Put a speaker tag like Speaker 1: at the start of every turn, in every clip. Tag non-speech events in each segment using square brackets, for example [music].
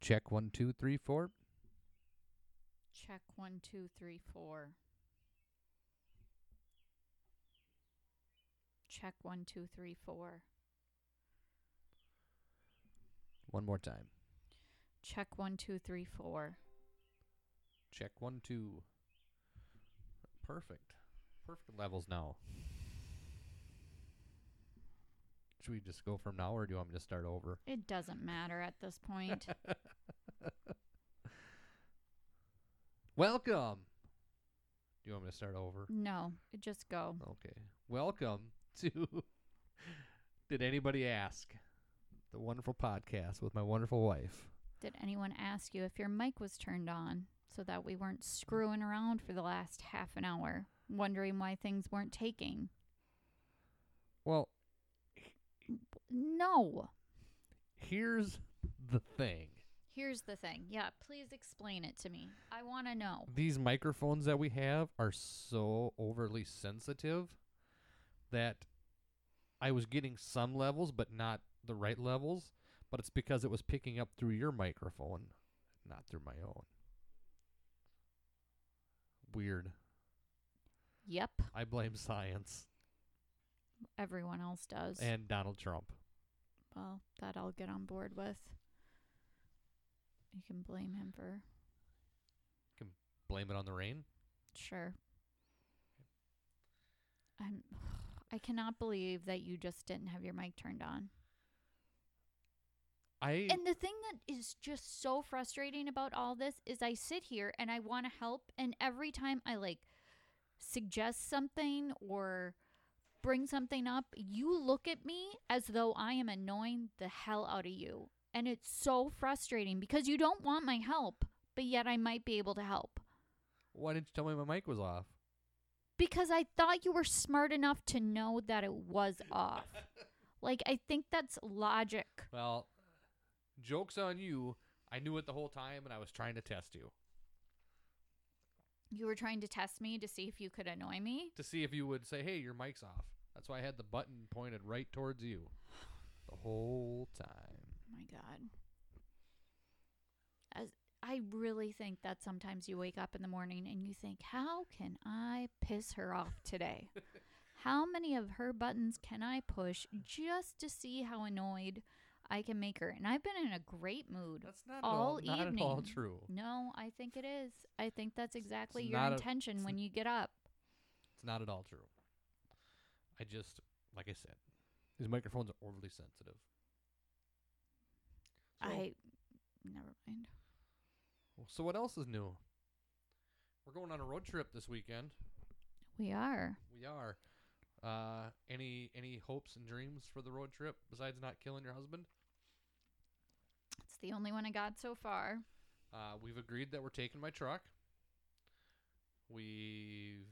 Speaker 1: Check one, two, three, four.
Speaker 2: Check one, two, three, four. Check one, two, three, four.
Speaker 1: One more time.
Speaker 2: Check one, two, three, four.
Speaker 1: Check one, two. Perfect. Perfect levels now. Should we just go from now, or do you want me to start over?
Speaker 2: It doesn't matter at this point.
Speaker 1: Welcome. Do you want me to start over?
Speaker 2: no, just go.
Speaker 1: Okay. Welcome [laughs] to. Did anybody ask? The wonderful podcast with my wonderful wife.
Speaker 2: Did anyone ask you if your mic was turned on so that we weren't screwing around for the last half an hour, wondering why things weren't taking?
Speaker 1: Well,
Speaker 2: No.
Speaker 1: here's the thing.
Speaker 2: Here's the thing. Yeah, please explain it to me. I want to know.
Speaker 1: these microphones that we have are so overly sensitive that I was getting some levels, but not the right levels. But it's because it was picking up through your microphone, not through my own. Weird.
Speaker 2: Yep,
Speaker 1: I blame science
Speaker 2: everyone else does.
Speaker 1: and Donald Trump.
Speaker 2: well, that I'll get on board with. You can blame him for
Speaker 1: Blame it on the rain.
Speaker 2: sure. I'm [sighs] I cannot believe that you just didn't have your mic turned on.
Speaker 1: I
Speaker 2: And the thing that is just so frustrating about all this is I sit here and I want to help and every time I like suggest something or bring something up, you look at me as though I am annoying the hell out of you. And it's so frustrating because you don't want my help, but yet I might be able to help.
Speaker 1: why didn't you tell me my mic was off?
Speaker 2: Because I thought you were smart enough to know that it was off. like I think that's logic.
Speaker 1: Well, jokes on you. I knew it the whole time, and I was trying to test you
Speaker 2: You were trying to test me to see if you could annoy me.
Speaker 1: to see if you would say, "Hey, your mic's off." That's why I had the button pointed right towards you the whole time.
Speaker 2: my god as i really think that sometimes you wake up in the morning and you think how can i piss her off
Speaker 1: [laughs]
Speaker 2: today how many of her buttons can i push just to see how annoyed i can make her and i've been in a great mood
Speaker 1: That's not
Speaker 2: all
Speaker 1: at all, not at all
Speaker 2: evening.
Speaker 1: true.
Speaker 2: no i think it is i think that's exactly your
Speaker 1: not a-
Speaker 2: intention
Speaker 1: it's
Speaker 2: when you get up
Speaker 1: It's not at all true. I just, like I said, these microphones are overly sensitive. So,
Speaker 2: i never mind
Speaker 1: so what else is new? We're going on a road trip this weekend.
Speaker 2: we are
Speaker 1: We are. Uh, any any hopes and dreams for the road trip besides not killing your husband?
Speaker 2: it's the only one i got so far
Speaker 1: Uh, we've agreed that we're taking my truck. We've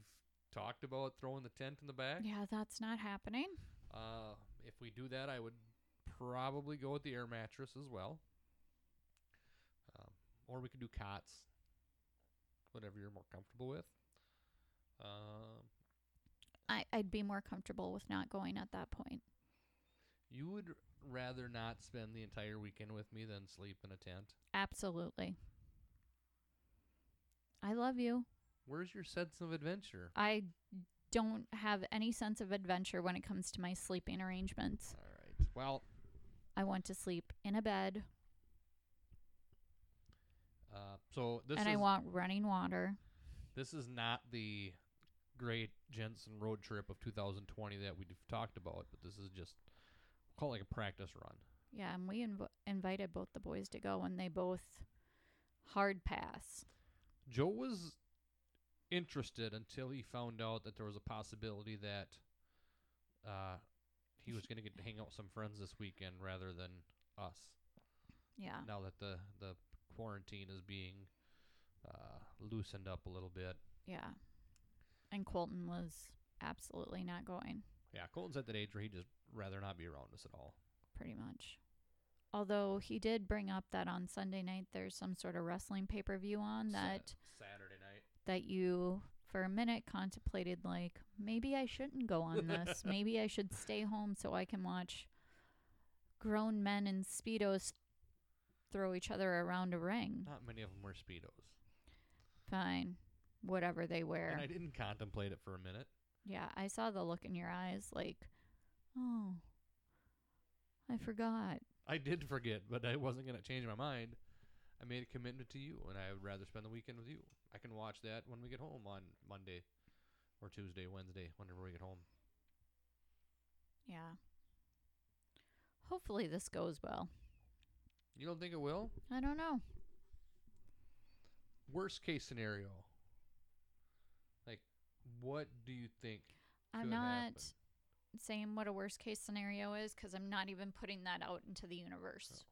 Speaker 1: talked about throwing the tent in the back.
Speaker 2: yeah that's not happening
Speaker 1: Uh, if we do that, I would probably go with the air mattress as well. Um, or we could do cots, whatever you're more comfortable with. Um,
Speaker 2: I, I'd be more comfortable with not going at that point.
Speaker 1: you would rather not spend the entire weekend with me than sleep in a tent.
Speaker 2: Absolutely. I love you.
Speaker 1: Where's your sense of adventure?
Speaker 2: I don't have any sense of adventure when it comes to my sleeping arrangements.
Speaker 1: All right. Well,
Speaker 2: I want to sleep in a bed
Speaker 1: uh, so this
Speaker 2: and I
Speaker 1: is
Speaker 2: want running water.
Speaker 1: this is not the great Jensen road trip of 2020 that we've talked about, but this is just we'll call it like a practice run.
Speaker 2: Yeah, and we inv- invited both the boys to go and they both hard pass.
Speaker 1: Joe was interested until he found out that there was a possibility that uh, he was going to get to hang out with some friends this weekend rather than us.
Speaker 2: Yeah.
Speaker 1: Now that the the quarantine is being uh, loosened up a little bit.
Speaker 2: Yeah. And Colton was absolutely not going.
Speaker 1: Yeah, Colton's at that age where he just rather not be around us at all.
Speaker 2: pretty much. Although he did bring up that on Sunday night there's some sort of wrestling pay per view on
Speaker 1: Sa-
Speaker 2: that
Speaker 1: Saturday night.
Speaker 2: that you for a minute contemplated like maybe I shouldn't go
Speaker 1: [laughs]
Speaker 2: on this. maybe I should stay home so I can watch grown men in speedos throw each other around a ring.
Speaker 1: Not many of them wear speedos,
Speaker 2: Fine. Whatever they wear.
Speaker 1: and I didn't contemplate it for a minute.
Speaker 2: yeah, I saw the look in your eyes like, oh, I forgot.
Speaker 1: I did forget, but I wasn't going to change my mind. I made a commitment to you, and I would rather spend the weekend with you. I can watch that when we get home on Monday or Tuesday, Wednesday, whenever we get home.
Speaker 2: Yeah. Hopefully this goes well.
Speaker 1: You don't think it will?
Speaker 2: I don't know.
Speaker 1: Worst case scenario. Like, what do you think?
Speaker 2: I'm
Speaker 1: could
Speaker 2: not
Speaker 1: happen.
Speaker 2: saying what a worst case scenario is because I'm not even putting that out into the universe.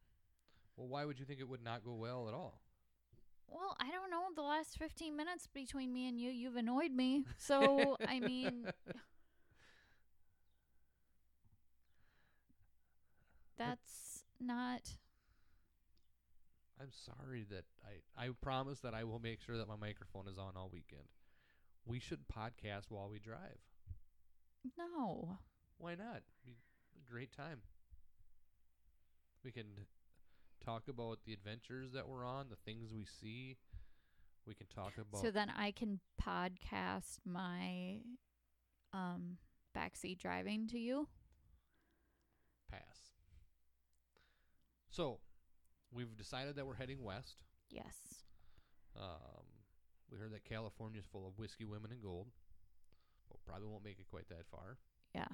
Speaker 1: Well, why would you think it would not go well at all? Oh.
Speaker 2: Well, I don't know. The last 15 minutes between me and you, you've
Speaker 1: [laughs]
Speaker 2: annoyed me. So, I mean, that's not.
Speaker 1: I'm sorry that I I promise that I will make sure that my microphone is on all weekend. We should podcast while we drive.
Speaker 2: No.
Speaker 1: Why not? Be a great time. We can talk about the adventures that we're on, the things we see. We can talk about
Speaker 2: So then I can podcast my um, backseat driving to you.
Speaker 1: pass. So, we've decided that we're heading west.
Speaker 2: Yes.
Speaker 1: Um, we heard that California's full of whiskey, women, and gold. Well, probably won't make it quite that far.
Speaker 2: Yeah.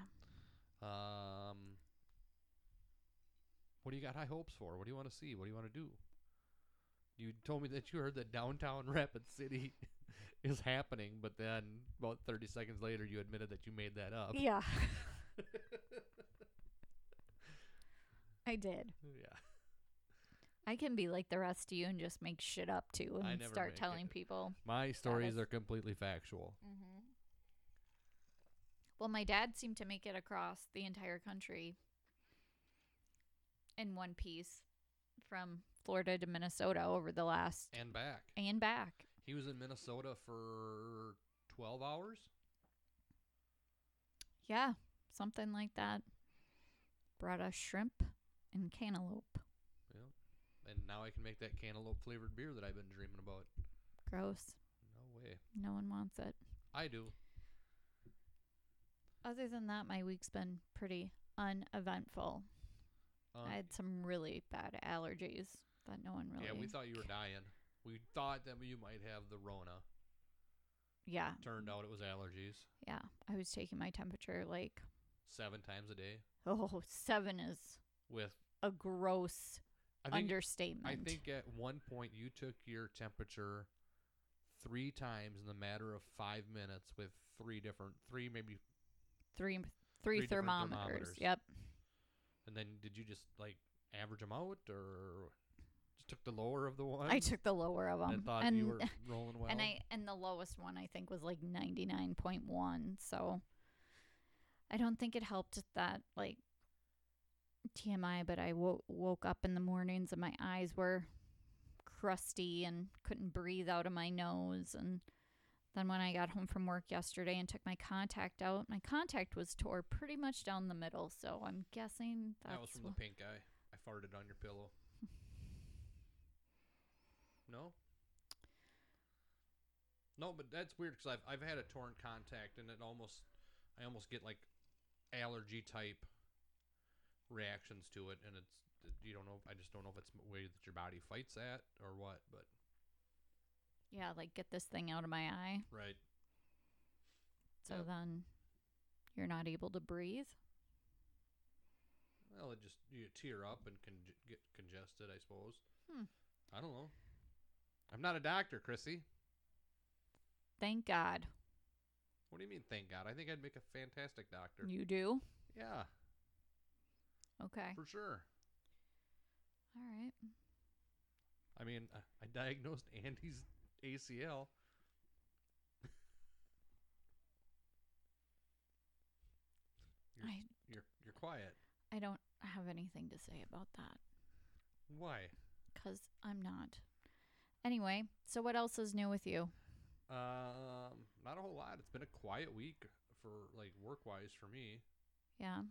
Speaker 1: Um, what do you got high hopes for? What do you want to see? What do you want to do? You told me that you heard that downtown [laughs] Rapid City is happening, but then about 30 seconds later, you admitted that you made that up.
Speaker 2: Yeah. I did.
Speaker 1: [laughs] yeah.
Speaker 2: I can be like the rest of you and just make shit up too
Speaker 1: I
Speaker 2: and
Speaker 1: never
Speaker 2: start
Speaker 1: make
Speaker 2: telling
Speaker 1: it.
Speaker 2: people.
Speaker 1: My stories
Speaker 2: is-
Speaker 1: are completely factual.
Speaker 2: Well, my dad seemed to make it across the entire country in one piece from Florida to Minnesota over the last
Speaker 1: And back.
Speaker 2: and back.
Speaker 1: He was in Minnesota for 12 hours.
Speaker 2: Yeah, something like that. Brought us shrimp and cantaloupe.
Speaker 1: Yeah. And now I can make that cantaloupe flavored beer that I've been dreaming about.
Speaker 2: Gross.
Speaker 1: No way.
Speaker 2: No one wants it.
Speaker 1: I do.
Speaker 2: Other than that, my week's been pretty uneventful.
Speaker 1: Um,
Speaker 2: I had some really bad allergies that no one really.
Speaker 1: yeah, we thought you were dying. We thought that you might have the Rona.
Speaker 2: yeah,
Speaker 1: Turned out it was allergies.
Speaker 2: yeah. I was taking my temperature like
Speaker 1: Seven times a day.
Speaker 2: oh seven is
Speaker 1: With
Speaker 2: a gross
Speaker 1: I think I
Speaker 2: understatement.
Speaker 1: think at one point you took your temperature three times in the matter of five minutes with three different three maybe
Speaker 2: three
Speaker 1: three
Speaker 2: three,
Speaker 1: different
Speaker 2: thermometers.
Speaker 1: thermometers.
Speaker 2: Yep.
Speaker 1: and then did you just like average them out or just took the lower of the one
Speaker 2: I took the lower of them
Speaker 1: and thought you were rolling well
Speaker 2: [laughs] and I and the lowest one I think was like 99.1 so I don't think it helped that like TMI but I wo- woke up in the mornings and my eyes were crusty and couldn't breathe out of my nose and then when I got home from work yesterday and took my contact out my contact was tore pretty much down the middle so I'm guessing that's
Speaker 1: that was from the
Speaker 2: wh-
Speaker 1: pink eye I farted on your pillow [laughs] no no but that's weird because I've, I've had a torn contact and it almost I almost get like allergy type reactions to it and it's you don't know I just don't know if it's the way that your body fights that or what but
Speaker 2: yeah like get this thing out of my eye
Speaker 1: right
Speaker 2: so
Speaker 1: Yep.
Speaker 2: then you're not able to breathe
Speaker 1: Well, it just you tear up and conge get congested, I suppose.
Speaker 2: Hmm.
Speaker 1: I don't know. I'm not a doctor, Chrissy.
Speaker 2: Thank God.
Speaker 1: What do you mean? Thank God. I think I'd make a fantastic doctor.
Speaker 2: You do?
Speaker 1: yeah,
Speaker 2: Okay.
Speaker 1: for sure.
Speaker 2: All right.
Speaker 1: I mean, I, I diagnosed Andy's ACL. [laughs] You're-
Speaker 2: I
Speaker 1: You're you're quiet.
Speaker 2: I don't have anything to say about that
Speaker 1: Why?
Speaker 2: cuz I'm not. Anyway, so what else is new with you?
Speaker 1: Um, not a whole lot. It's been a quiet week for like work wise for me.
Speaker 2: Yeah.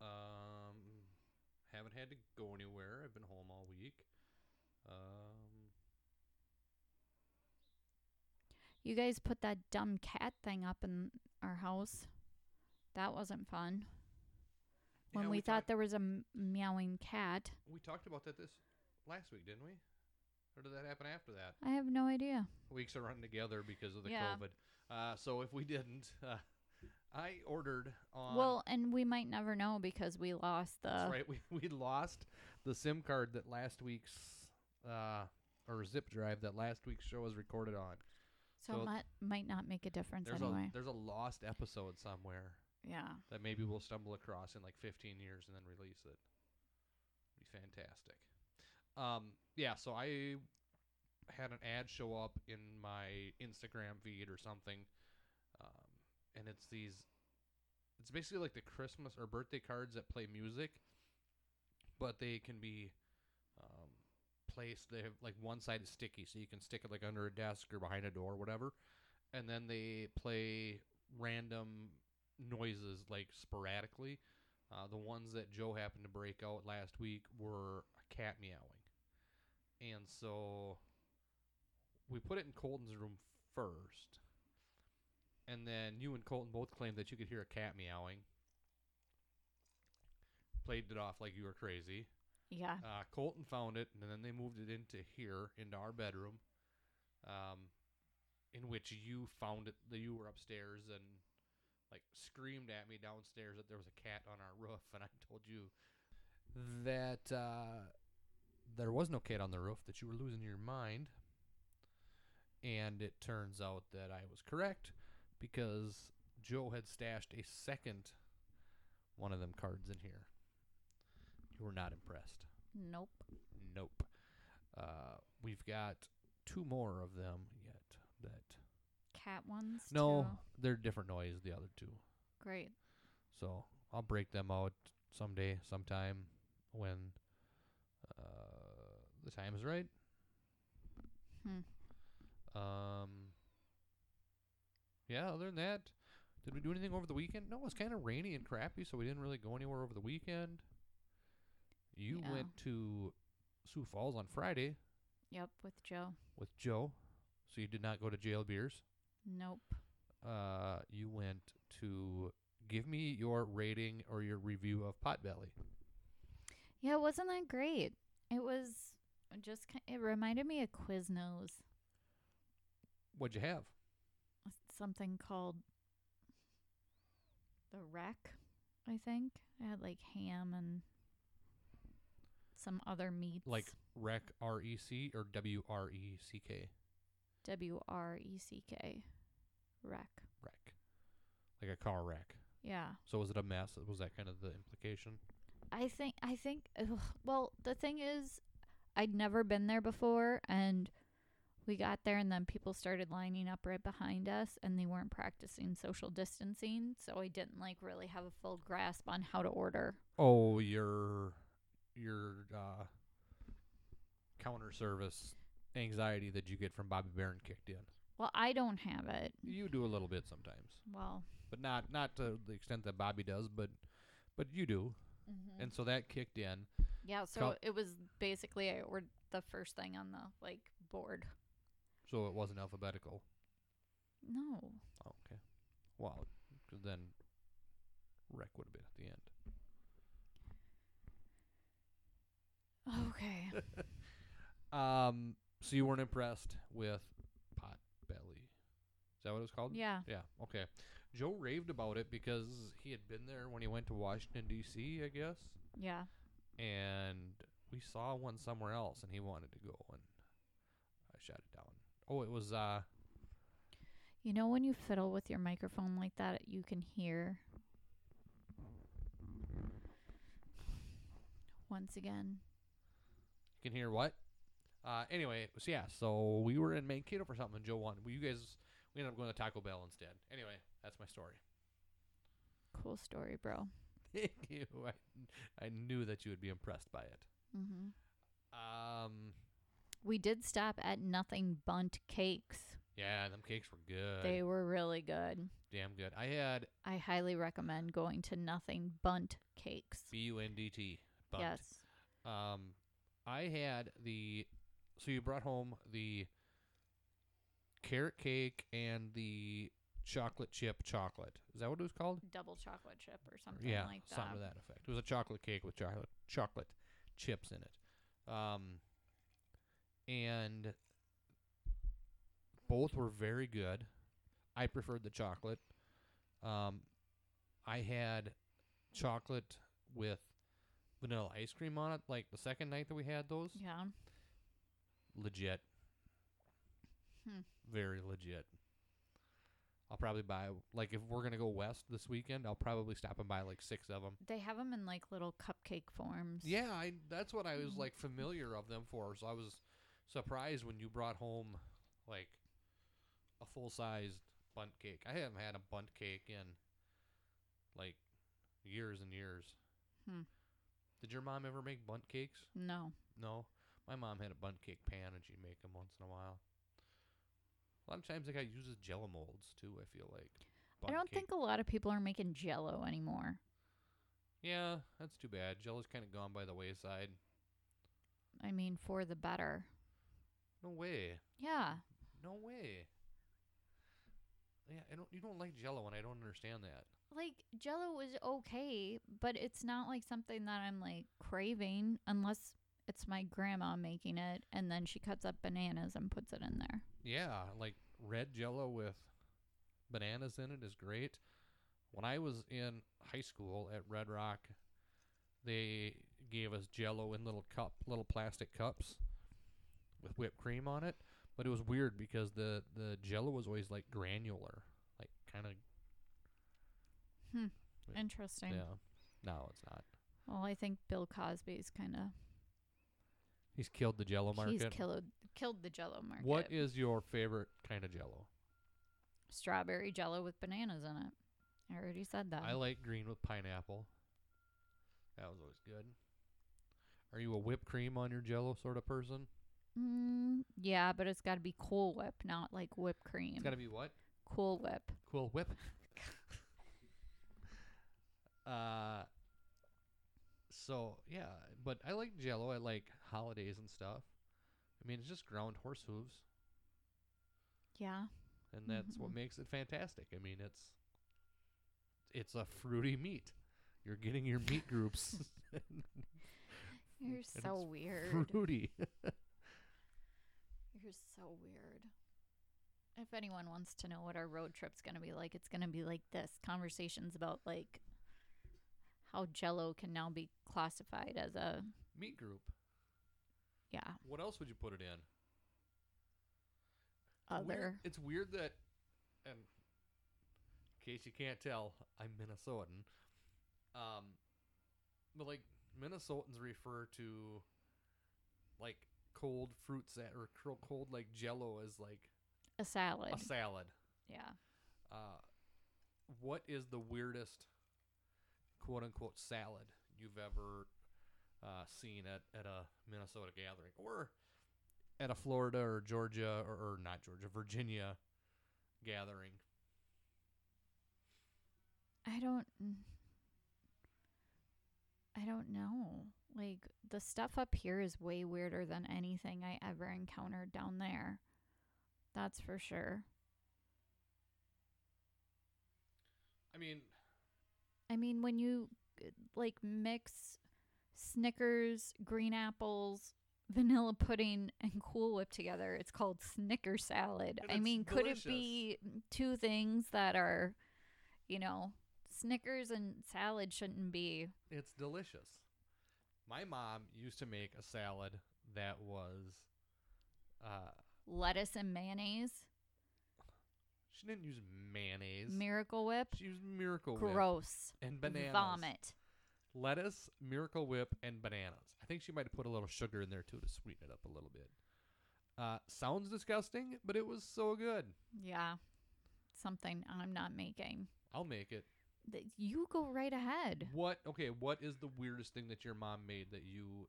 Speaker 1: Um, haven't had to go anywhere. I've been home all week. Um,
Speaker 2: You guys put that dumb cat thing up in our house. That wasn't fun. When
Speaker 1: Yeah,
Speaker 2: we,
Speaker 1: we
Speaker 2: thought
Speaker 1: talked-
Speaker 2: there was a m- meowing cat,
Speaker 1: We talked about that this last week, didn't we? Or did that happen after that?
Speaker 2: I have no idea.
Speaker 1: Weeks are running together because of the
Speaker 2: Yeah.
Speaker 1: COVID. Uh, so if we didn't, uh, I ordered on.
Speaker 2: well, uh, and we might never know because we lost the.
Speaker 1: Um, That's right. We, we lost the SIM card that last week's uh, or zip drive that last week's show was recorded on.
Speaker 2: So,
Speaker 1: So-
Speaker 2: might might not make a difference
Speaker 1: There's
Speaker 2: anyway.
Speaker 1: a there's a lost episode somewhere
Speaker 2: yeah.
Speaker 1: that maybe we'll stumble across in like 15 years and then release it. Be fantastic. Um, yeah. So I had an ad show up in my Instagram feed or something, um, and it's these. It's basically like the Christmas or birthday cards that play music, but they can be um, placed. They have like one side is sticky, so you can stick it like under a desk or behind a door, or whatever. And then they play random noises like sporadically. Uh, the ones that Joe happened to break out last week were a cat meowing, and so we put it in Colton's room first, and then you and Colton both claimed that you could hear a cat meowing. Played it off like you were crazy.
Speaker 2: Yeah.
Speaker 1: Uh, Colton found it, and then they moved it into here, into our bedroom, um, in which you found it. That you were upstairs and like screamed at me downstairs that there was a cat on our roof, and I [laughs] told you that uh, there was no cat on the roof. That you were losing your mind, and it turns out that I was correct because Joe had stashed a second one of them cards in here. You were not impressed.
Speaker 2: Nope.
Speaker 1: Nope. Uh, we've got two more of them yet. That
Speaker 2: Cat ones.
Speaker 1: no,
Speaker 2: too.
Speaker 1: they're different noise. The other two,
Speaker 2: Great.
Speaker 1: so I'll break them out someday, sometime when uh, the time is right.
Speaker 2: Hmm.
Speaker 1: Um. Yeah. Other than that, did we do anything over the weekend? No, it was kind of rainy and crappy, so we didn't really go anywhere over the weekend. You
Speaker 2: Yeah.
Speaker 1: went to Sioux Falls on Friday.
Speaker 2: Yep. With Joe.
Speaker 1: with Joe, so you did not go to jail beers.
Speaker 2: Nope.
Speaker 1: Uh, you went to give me your rating or your review of Potbelly.
Speaker 2: Yeah, wasn't that great? It was just ki- it reminded me of Quiznos,
Speaker 1: What'd you have?
Speaker 2: something called the Wreck, I think. It had like ham and some other meats.
Speaker 1: Like Rec R E C or W R E C K
Speaker 2: W R E C K, Wreck.
Speaker 1: wreck, like a car wreck.
Speaker 2: Yeah,
Speaker 1: So was it a mess? Was that kind of the implication?
Speaker 2: I think I think. ugh, well, the thing is, I'd never been there before, and we got there, and then people started lining up right behind us, and they weren't practicing social distancing, so I didn't like really have a full grasp on how to order.
Speaker 1: Oh, your your uh, counter service anxiety that you get from Bobby Barron kicked in.
Speaker 2: Well, I don't have it.
Speaker 1: You do a little bit sometimes,
Speaker 2: Well,
Speaker 1: but not not to the extent that Bobby does, but but you do. And so that kicked in.
Speaker 2: Mm-hmm. yeah, so
Speaker 1: Cal-
Speaker 2: it was basically I ordered the first thing on the like board.
Speaker 1: So it wasn't alphabetical.
Speaker 2: No,
Speaker 1: Oh, okay. Wow. 'Cause then wreck would have been at the end.
Speaker 2: okay,
Speaker 1: Um. So you weren't impressed with pot belly. Is that what it was called?
Speaker 2: yeah,
Speaker 1: Yeah. Okay. Joe raved about it because he had been there when he went to Washington D.C. I guess,
Speaker 2: yeah,
Speaker 1: and we saw one somewhere else, and he wanted to go, and I shut it down. Oh, it was uh.
Speaker 2: You know when you fiddle with your microphone like that, you can hear. Once again,
Speaker 1: You can hear what? Uh, anyway, so yeah, so we were in Mankato for something, and Joe won. Well, you guys, we ended up going to Taco Bell instead. Anyway, that's my story. [laughs]
Speaker 2: cool story, bro.
Speaker 1: Thank you. I, I knew that you would be impressed by it.
Speaker 2: hmm
Speaker 1: Um,
Speaker 2: We did stop at Nothing Bunt Cakes.
Speaker 1: yeah, them cakes were good.
Speaker 2: They were really good.
Speaker 1: Damn good. I had
Speaker 2: I highly recommend going to Nothing Bunt Cakes.
Speaker 1: B U N D T. Bunt.
Speaker 2: Yes.
Speaker 1: Um, I had the. So you brought home the carrot cake and the chocolate chip chocolate. Is that what it was called?
Speaker 2: double chocolate chip or something
Speaker 1: Yeah,
Speaker 2: like that.
Speaker 1: something to that effect. It was a chocolate cake with chocolate chocolate chips in it, um, and both were very good. I preferred the chocolate. Um, I had chocolate with vanilla ice cream on it. Like the second night that we had those,
Speaker 2: Yeah.
Speaker 1: legit.
Speaker 2: Hmm.
Speaker 1: Very legit. I'll probably buy like if we're gonna go west this weekend, I'll probably stop and buy like six of them.
Speaker 2: They have them in like little cupcake forms.
Speaker 1: Yeah, I, that's what I was
Speaker 2: Mhm.
Speaker 1: like familiar of them for. So I was surprised when you brought home like a full sized bunt cake. I haven't had a bunt cake in like years and years.
Speaker 2: Hmm.
Speaker 1: Did your mom ever make bunt cakes?
Speaker 2: No.
Speaker 1: No, my mom had a bunt cake pan and she'd make them once in a while. A lot of times, they got uses jello molds too. I feel like.
Speaker 2: I
Speaker 1: Bundt
Speaker 2: don't
Speaker 1: cake.
Speaker 2: think a lot of people are making jello anymore.
Speaker 1: Yeah, that's too bad. Jello's kind of gone by the wayside.
Speaker 2: I mean, for the better.
Speaker 1: No way.
Speaker 2: Yeah.
Speaker 1: No way. Yeah, I don't. You don't like Jello, and I don't understand that.
Speaker 2: Like jello is okay, but it's not like something that I'm like craving unless it's my grandma making it and then she cuts up bananas and puts it in there.
Speaker 1: Yeah, like red Jello with bananas in it is great. When I was in high school at Red Rock, they gave us Jello in little cup, little plastic cups with whipped cream on it. But it was weird because the the Jello was always like granular, like kind of Yeah.
Speaker 2: Interesting.
Speaker 1: yeah. No, it's not.
Speaker 2: Well, I think Bill Cosby's kind of
Speaker 1: He's killed the Jello market.
Speaker 2: he's killed killed the jello market.
Speaker 1: What is your favorite kind of Jello?
Speaker 2: strawberry jello with bananas in it? I already said that.
Speaker 1: I like green with pineapple. That was always good. Are you a whipped cream on your jello sort of person?
Speaker 2: Mm, yeah, but it's got to be Cool Whip, not like whipped cream.
Speaker 1: It's got to be what?
Speaker 2: cool Whip.
Speaker 1: Cool whip. uh so yeah, but I like jello. I like holidays and stuff. I mean, it's just ground horse hooves
Speaker 2: Yeah.
Speaker 1: and that's what makes it fantastic. I mean, it's it's a fruity meat. You're getting your meat groups
Speaker 2: You're
Speaker 1: it's
Speaker 2: so weird.
Speaker 1: [laughs] fruity.
Speaker 2: You're so weird. If anyone wants to know what our road trip's going to be like, it's going to be like this conversations about like how jello can now be classified as a
Speaker 1: meat group.
Speaker 2: yeah,
Speaker 1: What else would you put it in? It's weird-
Speaker 2: other.
Speaker 1: It's weird that, and in case you can't tell, I'm Minnesotan. Um, but like Minnesotans refer to like cold fruit sa- or cr- cold like Jello as like
Speaker 2: A salad.
Speaker 1: a salad.
Speaker 2: yeah.
Speaker 1: Uh, what is the weirdest quote unquote salad you've ever uh, seen at, at a Minnesota gathering or at a Florida or Georgia or, or not Georgia, Virginia gathering?
Speaker 2: I don't mm, I don't know. Like the stuff up here is way weirder than anything I ever encountered down there. That's for sure.
Speaker 1: I mean,
Speaker 2: I mean, when you uh, like mix Snickers, green apples, vanilla pudding, and Cool Whip together, it's called Snicker salad.
Speaker 1: And
Speaker 2: I
Speaker 1: it's
Speaker 2: mean, could
Speaker 1: delicious.
Speaker 2: it be two things that are, you know, Snickers and salad shouldn't be.
Speaker 1: it's delicious. My mom used to make a salad that was, uh,
Speaker 2: lettuce and mayonnaise,
Speaker 1: she didn't use mayonnaise.
Speaker 2: Miracle Whip,
Speaker 1: she used Miracle Whip
Speaker 2: gross,
Speaker 1: and bananas.
Speaker 2: vomit.
Speaker 1: lettuce, Miracle Whip, and bananas. I think she might have put a little sugar in there too to sweeten it up a little bit. Uh, sounds disgusting, but it was so good.
Speaker 2: Yeah, something I'm not making.
Speaker 1: I'll make it.
Speaker 2: Th- You go right ahead.
Speaker 1: What? Okay, what is the weirdest thing that your mom made that you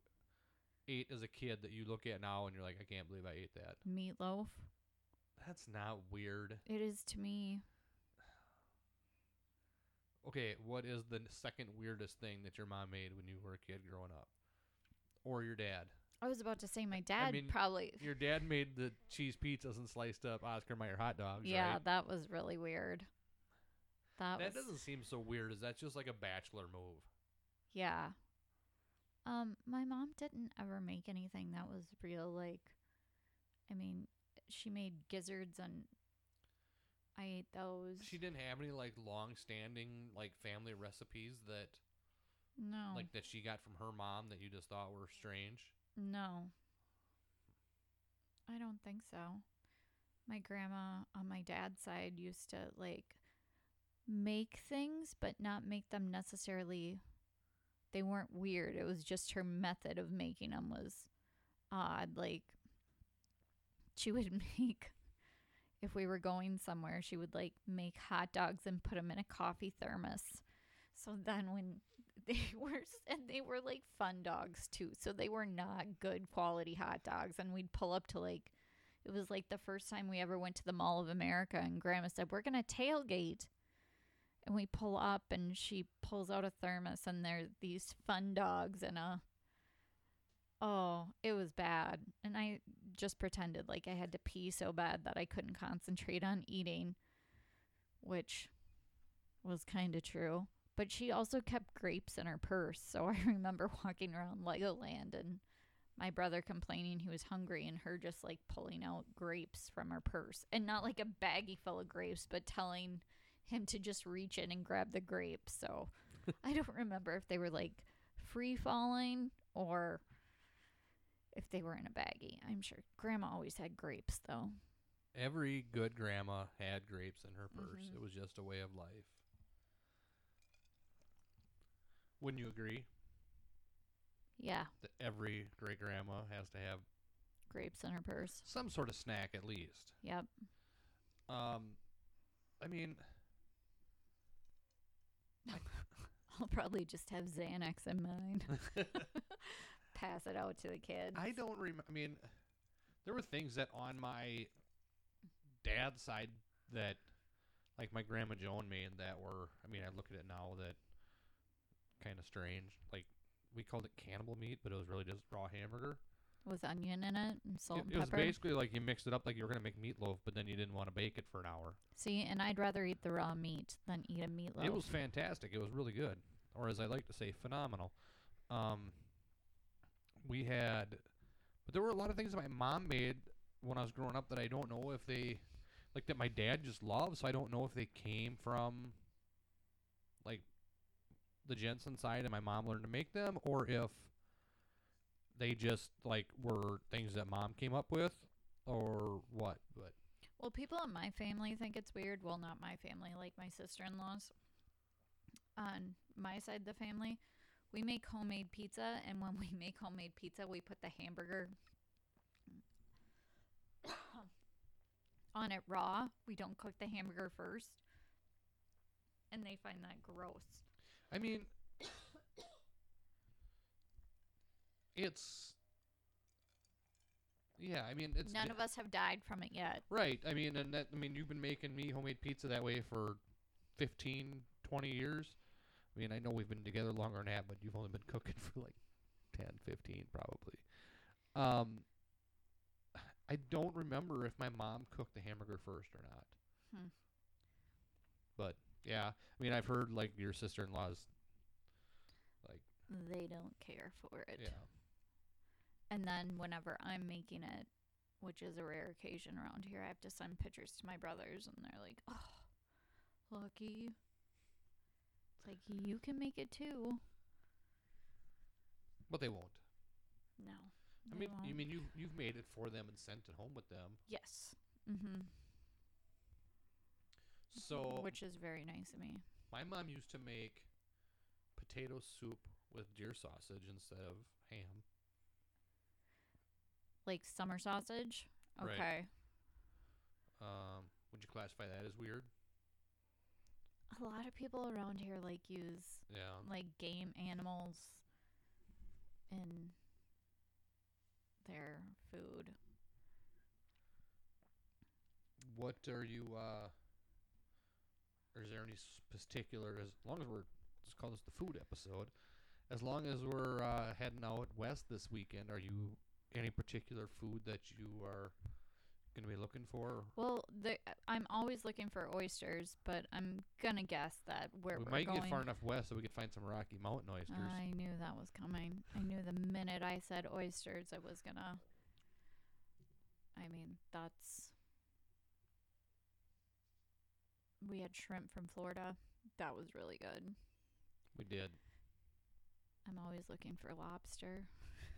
Speaker 1: ate as a kid that you look at now and you're like, I can't believe I ate that?
Speaker 2: Meatloaf.
Speaker 1: That's not weird.
Speaker 2: It is to me.
Speaker 1: Okay, what is the second weirdest thing that your mom made when you were a kid growing up, or your dad?
Speaker 2: I was about to say my dad
Speaker 1: mean,
Speaker 2: probably.
Speaker 1: Your dad made the cheese pizzas and sliced up Oscar Mayer hot dogs.
Speaker 2: [laughs] Yeah,
Speaker 1: right?
Speaker 2: that was really weird. That,
Speaker 1: that
Speaker 2: was
Speaker 1: doesn't seem so weird. Is that just like a bachelor move?
Speaker 2: yeah. Um, my mom didn't ever make anything that was real. Like, I mean, she made gizzards and I ate those.
Speaker 1: She didn't have any like long-standing like family recipes that
Speaker 2: no,
Speaker 1: like that she got from her mom that you just thought were strange.
Speaker 2: no. I don't think so. My grandma on my dad's side used to like make things, but not make them necessarily. They weren't weird. It was just her method of making them was odd. Like she would [laughs] make. If we were going somewhere, she would like make hot dogs and put them in a coffee thermos. So then when [laughs] they were and they were like fun dogs too. So they were not good quality hot dogs and we'd pull up to like it was like the first time we ever went to the Mall of America and grandma said, "We're going to tailgate." And we pull up and she pulls out a thermos and there are these fun dogs and a Oh, it was bad. And I just pretended like I had to pee so bad that I couldn't concentrate on eating, which was kind of true but she also kept grapes in her purse. So [laughs] I remember walking around Legoland and my brother complaining he was hungry and her just like pulling out grapes from her purse. And not like a baggie full of grapes, but telling him to just reach in and grab the grapes. So I don't remember if they were like free falling or if they were in a baggie. I'm sure grandma always had grapes though.
Speaker 1: Every good grandma had grapes in her purse.
Speaker 2: Mhm.
Speaker 1: It was just a way of life. Wouldn't you agree
Speaker 2: Yeah,
Speaker 1: that every great grandma has to have
Speaker 2: grapes in her purse.
Speaker 1: some sort of snack at least?
Speaker 2: Yep. [laughs]
Speaker 1: Um, I mean, [laughs]
Speaker 2: I'll probably just have Xanax in mine. Pass it out to the kids.
Speaker 1: I don't remember. I mean, there were things that on my dad's side that, like my grandma Joan made that were. I mean, I look at it now that kind of strange. Like we called it cannibal meat, but it was really just raw hamburger.
Speaker 2: With onion in it and salt
Speaker 1: It,
Speaker 2: and
Speaker 1: it was
Speaker 2: pepper.
Speaker 1: basically like you mixed it up like you were gonna make meatloaf, but then you didn't want to bake it for an hour.
Speaker 2: See, and I'd rather eat the raw meat than eat a meatloaf.
Speaker 1: It was fantastic. It was really good, or as I like to say, phenomenal. Um, we had, but there were a lot of things that my mom made when I was growing up that I don't know if they, like that my dad just loved. So I don't know if they came from, like, the Jensen side, and my mom learned to make them, or if they just like were things that mom came up with, or what. But
Speaker 2: Well, people in my family think it's weird. Well, not my family, like my sister in law's. On my side of the family, we make homemade pizza, and when we [laughs] make homemade pizza, we put the hamburger [coughs] on it raw. We don't cook the hamburger first, and they find that gross.
Speaker 1: I mean, it's yeah. I mean, it's
Speaker 2: None
Speaker 1: di-
Speaker 2: of us have died from it yet.
Speaker 1: right. I mean, and that I mean, you've been making me homemade pizza that way for 15, 20 years. I mean, I know we've been together longer than that, but you've only been [laughs] cooking for like 10, 15 probably. Um, I don't remember if my mom cooked the hamburger first or not.
Speaker 2: Hmm.
Speaker 1: But yeah, I mean, I've heard like your sister-in-law's
Speaker 2: They don't care for it.
Speaker 1: yeah.
Speaker 2: And then whenever I'm making it, which is a rare occasion around here, I have to send pictures to my brothers, and they're like, "Oh, lucky." It's like you can make it too.
Speaker 1: But they won't.
Speaker 2: No.
Speaker 1: I
Speaker 2: they
Speaker 1: mean,
Speaker 2: won't.
Speaker 1: you mean you you've made it for them and sent it home with them.
Speaker 2: yes. Mhm.
Speaker 1: So
Speaker 2: Mm-hmm. Which is very nice of me.
Speaker 1: my mom used to make potato soup with deer sausage instead of ham.
Speaker 2: Like summer sausage.
Speaker 1: Right.
Speaker 2: Okay.
Speaker 1: Um, would you classify that as weird?
Speaker 2: A lot of people around here like use
Speaker 1: Yeah.
Speaker 2: like game animals in their food.
Speaker 1: What are you? Uh, or is there any s- particular? As long as we're let's call this the food episode. As long as we're uh, heading out west this weekend, are you any particular food that you are going to be looking for?
Speaker 2: Well, the, I'm always looking for oysters, but I'm gonna guess that where
Speaker 1: we
Speaker 2: are
Speaker 1: might
Speaker 2: going.
Speaker 1: get far enough west so we could find some Rocky Mountain oysters.
Speaker 2: I knew that was coming. I knew the minute I said oysters, I was gonna. I mean, that's. We had shrimp from Florida. That was really good.
Speaker 1: we did.
Speaker 2: I'm always looking for lobster.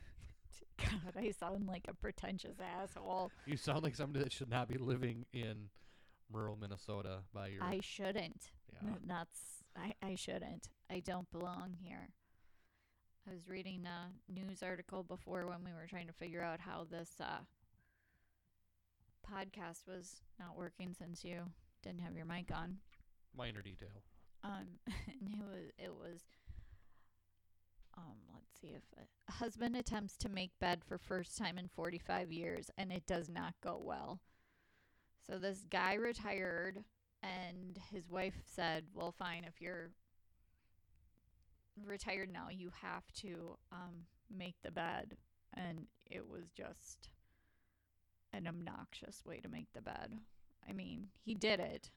Speaker 2: [laughs] God, I sound like a pretentious asshole.
Speaker 1: You sound like somebody that should not be living in rural Minnesota by your.
Speaker 2: I shouldn't.
Speaker 1: yeah.
Speaker 2: Th- That's I, I shouldn't. I don't belong here. I was reading a news article before when we were trying to figure out how this uh, podcast was not working since you didn't have your mic on.
Speaker 1: Minor detail.
Speaker 2: Um, [laughs] and it was it was. Um, let's see if it, husband attempts to make bed for first time in 45 years and it does not go well. So this guy retired and his wife said, "Well, fine, if you're retired now, you have to um make the bed." And it was just an obnoxious way to make the bed. I mean, he did it,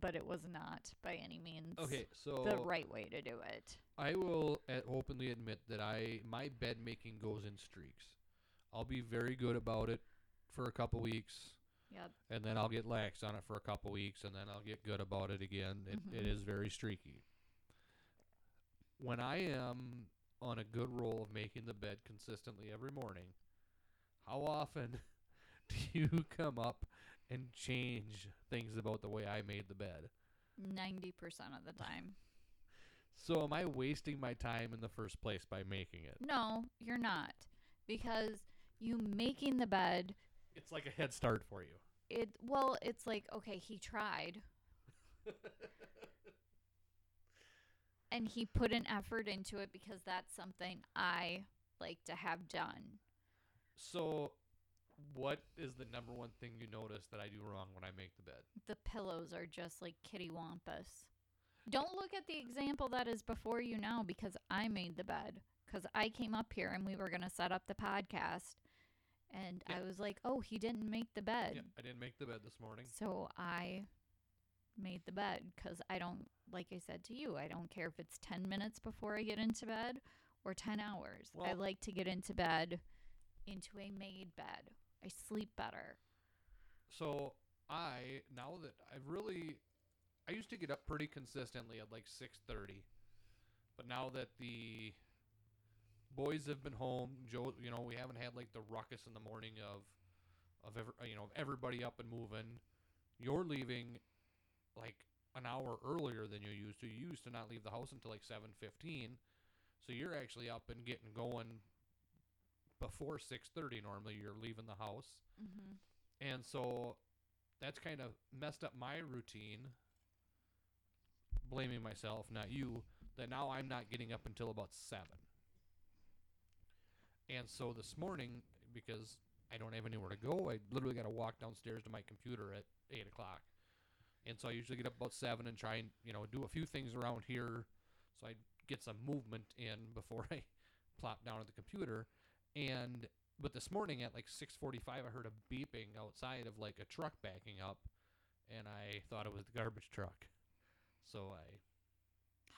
Speaker 2: but it was not by any means
Speaker 1: Okay, so
Speaker 2: the right way to do it.
Speaker 1: I will a- openly admit that I my bed making goes in streaks. I'll be very good about it for a couple weeks,
Speaker 2: Yep.
Speaker 1: and then I'll get lax on it for a couple weeks, and then I'll get good about it again. It, it
Speaker 2: Mhm.
Speaker 1: is very streaky. When I am on a good roll of making the bed consistently every morning, how often [laughs] do you come up and change things about the way I made the bed?
Speaker 2: 90% of the time.
Speaker 1: So am I wasting my time in the first place by making it?
Speaker 2: No, you're not. Because you making the bed,
Speaker 1: It's like a head start for you.
Speaker 2: it well, it's like okay, he tried. and he put an effort into it because that's something I like to have done.
Speaker 1: So, what is the number one thing you notice that I do wrong when I make the bed?
Speaker 2: The pillows are just like kitty wampus. Don't look at the example that is before you now because I made the bed. Because I came up here and we were going to set up the podcast. And
Speaker 1: Yeah.
Speaker 2: I was like, oh, he didn't make the bed.
Speaker 1: Yeah, I didn't make the bed this morning.
Speaker 2: So I made the bed because I don't, like I said to you, I don't care if it's 10 minutes before I get into bed or 10 hours. I
Speaker 1: Well-
Speaker 2: like to get into bed into a made bed. I sleep better.
Speaker 1: So, I now that I've really, I used to get up pretty consistently at like six thirty, but now that the boys have been home, Joe, you know, we haven't had like the ruckus in the morning of, of ever, you know, everybody up and moving. You're leaving, like an hour earlier than you used to. You used to not leave the house until like seven fifteen, so you're actually up and getting going before six thirty. Normally, you're leaving the house.
Speaker 2: Mm-hmm.
Speaker 1: And so that's kind of messed up my routine, blaming myself, not you, that now I'm not getting up until about 7. And so this morning, because I don't have anywhere to go, I literally got to walk downstairs to my computer at 8 o'clock. And so I usually get up about 7 and try and, you know, do a few things around here so I get some movement in before [laughs] I plop down at the computer. And but this morning at like 6:45 I heard a beeping outside of like a truck backing up and I thought it was the garbage truck. So I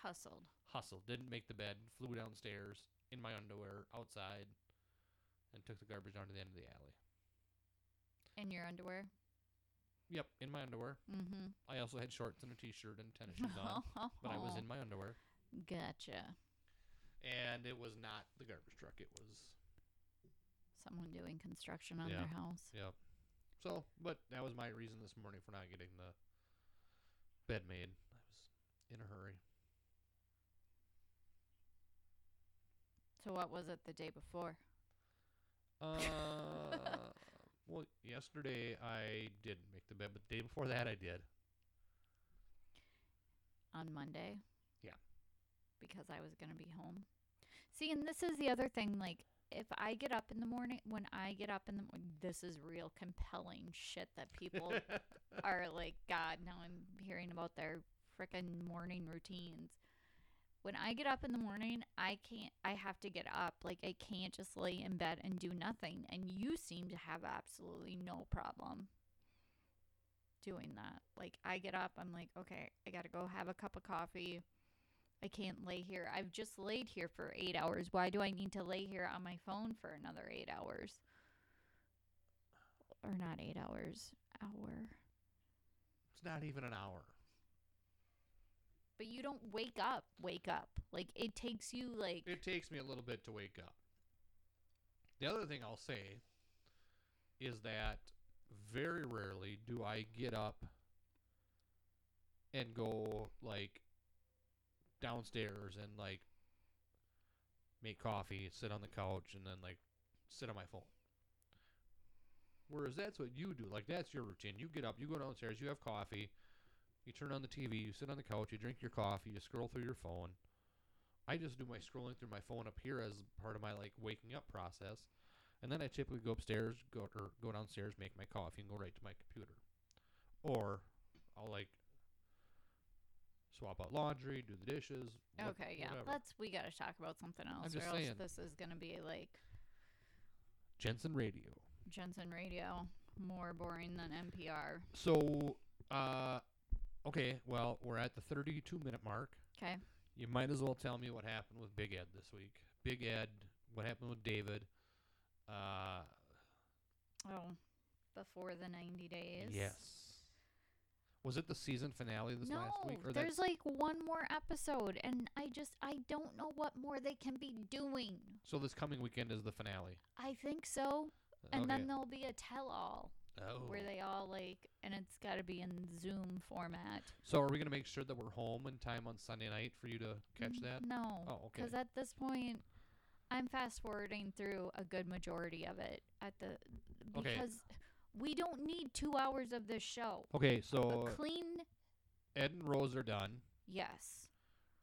Speaker 2: Hustled.
Speaker 1: hustled, didn't make the bed, flew downstairs in my underwear outside and took the garbage down to the end of the alley.
Speaker 2: In your underwear?
Speaker 1: Yep, in my underwear.
Speaker 2: Mm-hmm.
Speaker 1: I also had shorts and a t-shirt and tennis shoes
Speaker 2: [laughs]
Speaker 1: on, but I was in my underwear
Speaker 2: Gotcha.
Speaker 1: and it was not the garbage truck, it was
Speaker 2: Someone doing construction on
Speaker 1: Yeah.
Speaker 2: their house.
Speaker 1: yep. So, but that was my reason this morning for not getting the bed made. I was in a hurry.
Speaker 2: So what was it the day before?
Speaker 1: Uh, well, yesterday I did make the bed, but the day before that I did.
Speaker 2: on Monday.
Speaker 1: Yeah.
Speaker 2: Because I was going to be home. See, and this is the other thing like if I get up in the morning, when I get up in the morning, this is real compelling shit that
Speaker 1: [laughs]
Speaker 2: people are like, God, now I'm hearing about their frickin' morning routines. when I get up in the morning, I can't, I have to get up. Like, I can't just lay in bed and do nothing. And you seem to have absolutely no problem doing that. Like, I get up, I'm like, okay, I got to go have a cup of coffee. I can't lay here. I've just laid here for eight hours. Why do I need to lay here on my phone for another eight hours? Or not eight hours, hour.
Speaker 1: It's not even an hour.
Speaker 2: But you don't wake up, wake up. Like, it takes you, like,
Speaker 1: It takes me a little bit to wake up. The other thing I'll say is that very rarely do I get up and go like downstairs and like make coffee, sit on the couch, and then like sit on my phone. Whereas that's what you do. Like that's your routine. You get up, you go downstairs, you have coffee, you turn on the TV, you sit on the couch, you drink your coffee, you scroll through your phone. I just do my scrolling through my phone up here as part of my like waking up process, and then I typically go upstairs, go or go downstairs, make my coffee, and go right to my computer, or I'll like swap out laundry, do the dishes. what-
Speaker 2: okay, yeah.
Speaker 1: whatever.
Speaker 2: Let's, we got to talk about something else.
Speaker 1: just
Speaker 2: or else
Speaker 1: saying.
Speaker 2: this is going to be, like,
Speaker 1: Jensen Radio.
Speaker 2: Jensen Radio more boring than NPR.
Speaker 1: So, uh, okay, well we're at the 32 minute mark.
Speaker 2: Okay.
Speaker 1: You might as well tell me what happened with Big Ed this week. Big Ed, what happened with David? Uh,
Speaker 2: Oh, before the 90 days.
Speaker 1: yes. Was it the season finale this
Speaker 2: no,
Speaker 1: last week? that-
Speaker 2: there's like one more episode, and I just I don't know what more they can be doing.
Speaker 1: So this coming weekend is the finale.
Speaker 2: I think so, and then there'll be a tell-all
Speaker 1: oh.
Speaker 2: where they all like, and it's got to be in Zoom format.
Speaker 1: so are we gonna make sure that we're home in time on Sunday night for you to catch
Speaker 2: N-
Speaker 1: that?
Speaker 2: No.
Speaker 1: Oh, okay.
Speaker 2: Because at this point, I'm fast forwarding through a good majority of it at the
Speaker 1: Okay.
Speaker 2: because we don't need two hours of this show.
Speaker 1: Okay, so
Speaker 2: a clean
Speaker 1: Ed and Rose are done.
Speaker 2: yes,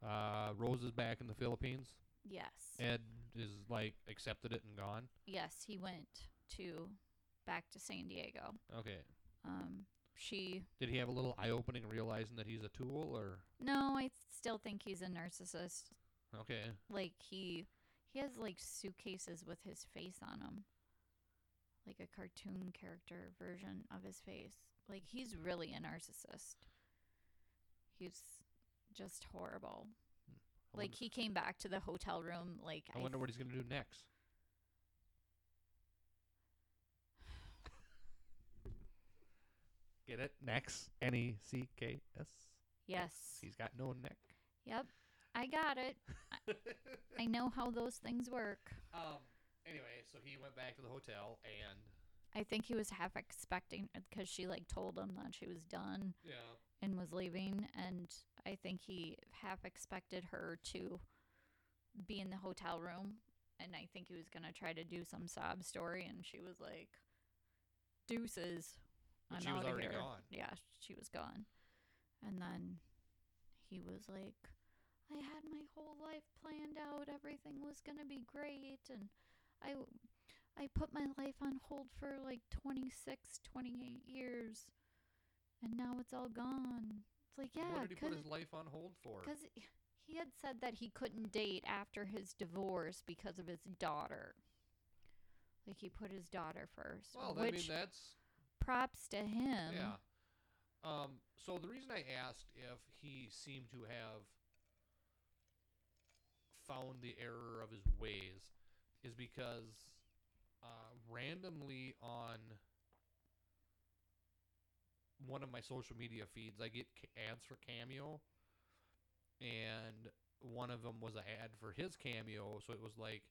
Speaker 1: Uh, Rose is back in the Philippines.
Speaker 2: yes,
Speaker 1: Ed is like accepted it and gone.
Speaker 2: yes. He went to back to San Diego.
Speaker 1: Okay.
Speaker 2: Um, she
Speaker 1: Did he have a little eye opening realizing that he's a tool or
Speaker 2: no, I still think he's a narcissist.
Speaker 1: okay.
Speaker 2: Like he he has like suitcases with his face on them. Like a cartoon character version of his face. Like he's really a narcissist. He's just horrible.
Speaker 1: I
Speaker 2: Like
Speaker 1: wonder,
Speaker 2: he came back to the hotel room like
Speaker 1: I wonder what he's gonna do next. Get it? Next. N E C K S.
Speaker 2: Yes.
Speaker 1: He's got no neck.
Speaker 2: Yep. I got it. I know how those things work.
Speaker 1: [laughs] um. Anyway, so he went back to the hotel and
Speaker 2: I think he was half expecting because she like told him that she was done.
Speaker 1: yeah.
Speaker 2: and was leaving and i think he half expected her to be in the hotel room and i think he was going to try to do some sob story and she was like deuces
Speaker 1: But
Speaker 2: i'm
Speaker 1: she was
Speaker 2: out of
Speaker 1: already
Speaker 2: here
Speaker 1: gone.
Speaker 2: yeah she was gone and then he was like i had my whole life planned out everything was going to be great and i w- i put my life on hold for like 26 28 years and now it's all gone it's like yeah
Speaker 1: what did he put
Speaker 2: 'cause-
Speaker 1: his life on hold for?
Speaker 2: because he had said that he couldn't date after his divorce because of his daughter. Like he put his daughter first.
Speaker 1: Well, I
Speaker 2: which
Speaker 1: mean that's
Speaker 2: props to him.
Speaker 1: yeah. Um. So the reason I asked if he seemed to have found the error of his ways is because uh, randomly on one of my social media feeds, I get ca- ads for Cameo, and one of them was an ad for his Cameo, so it was like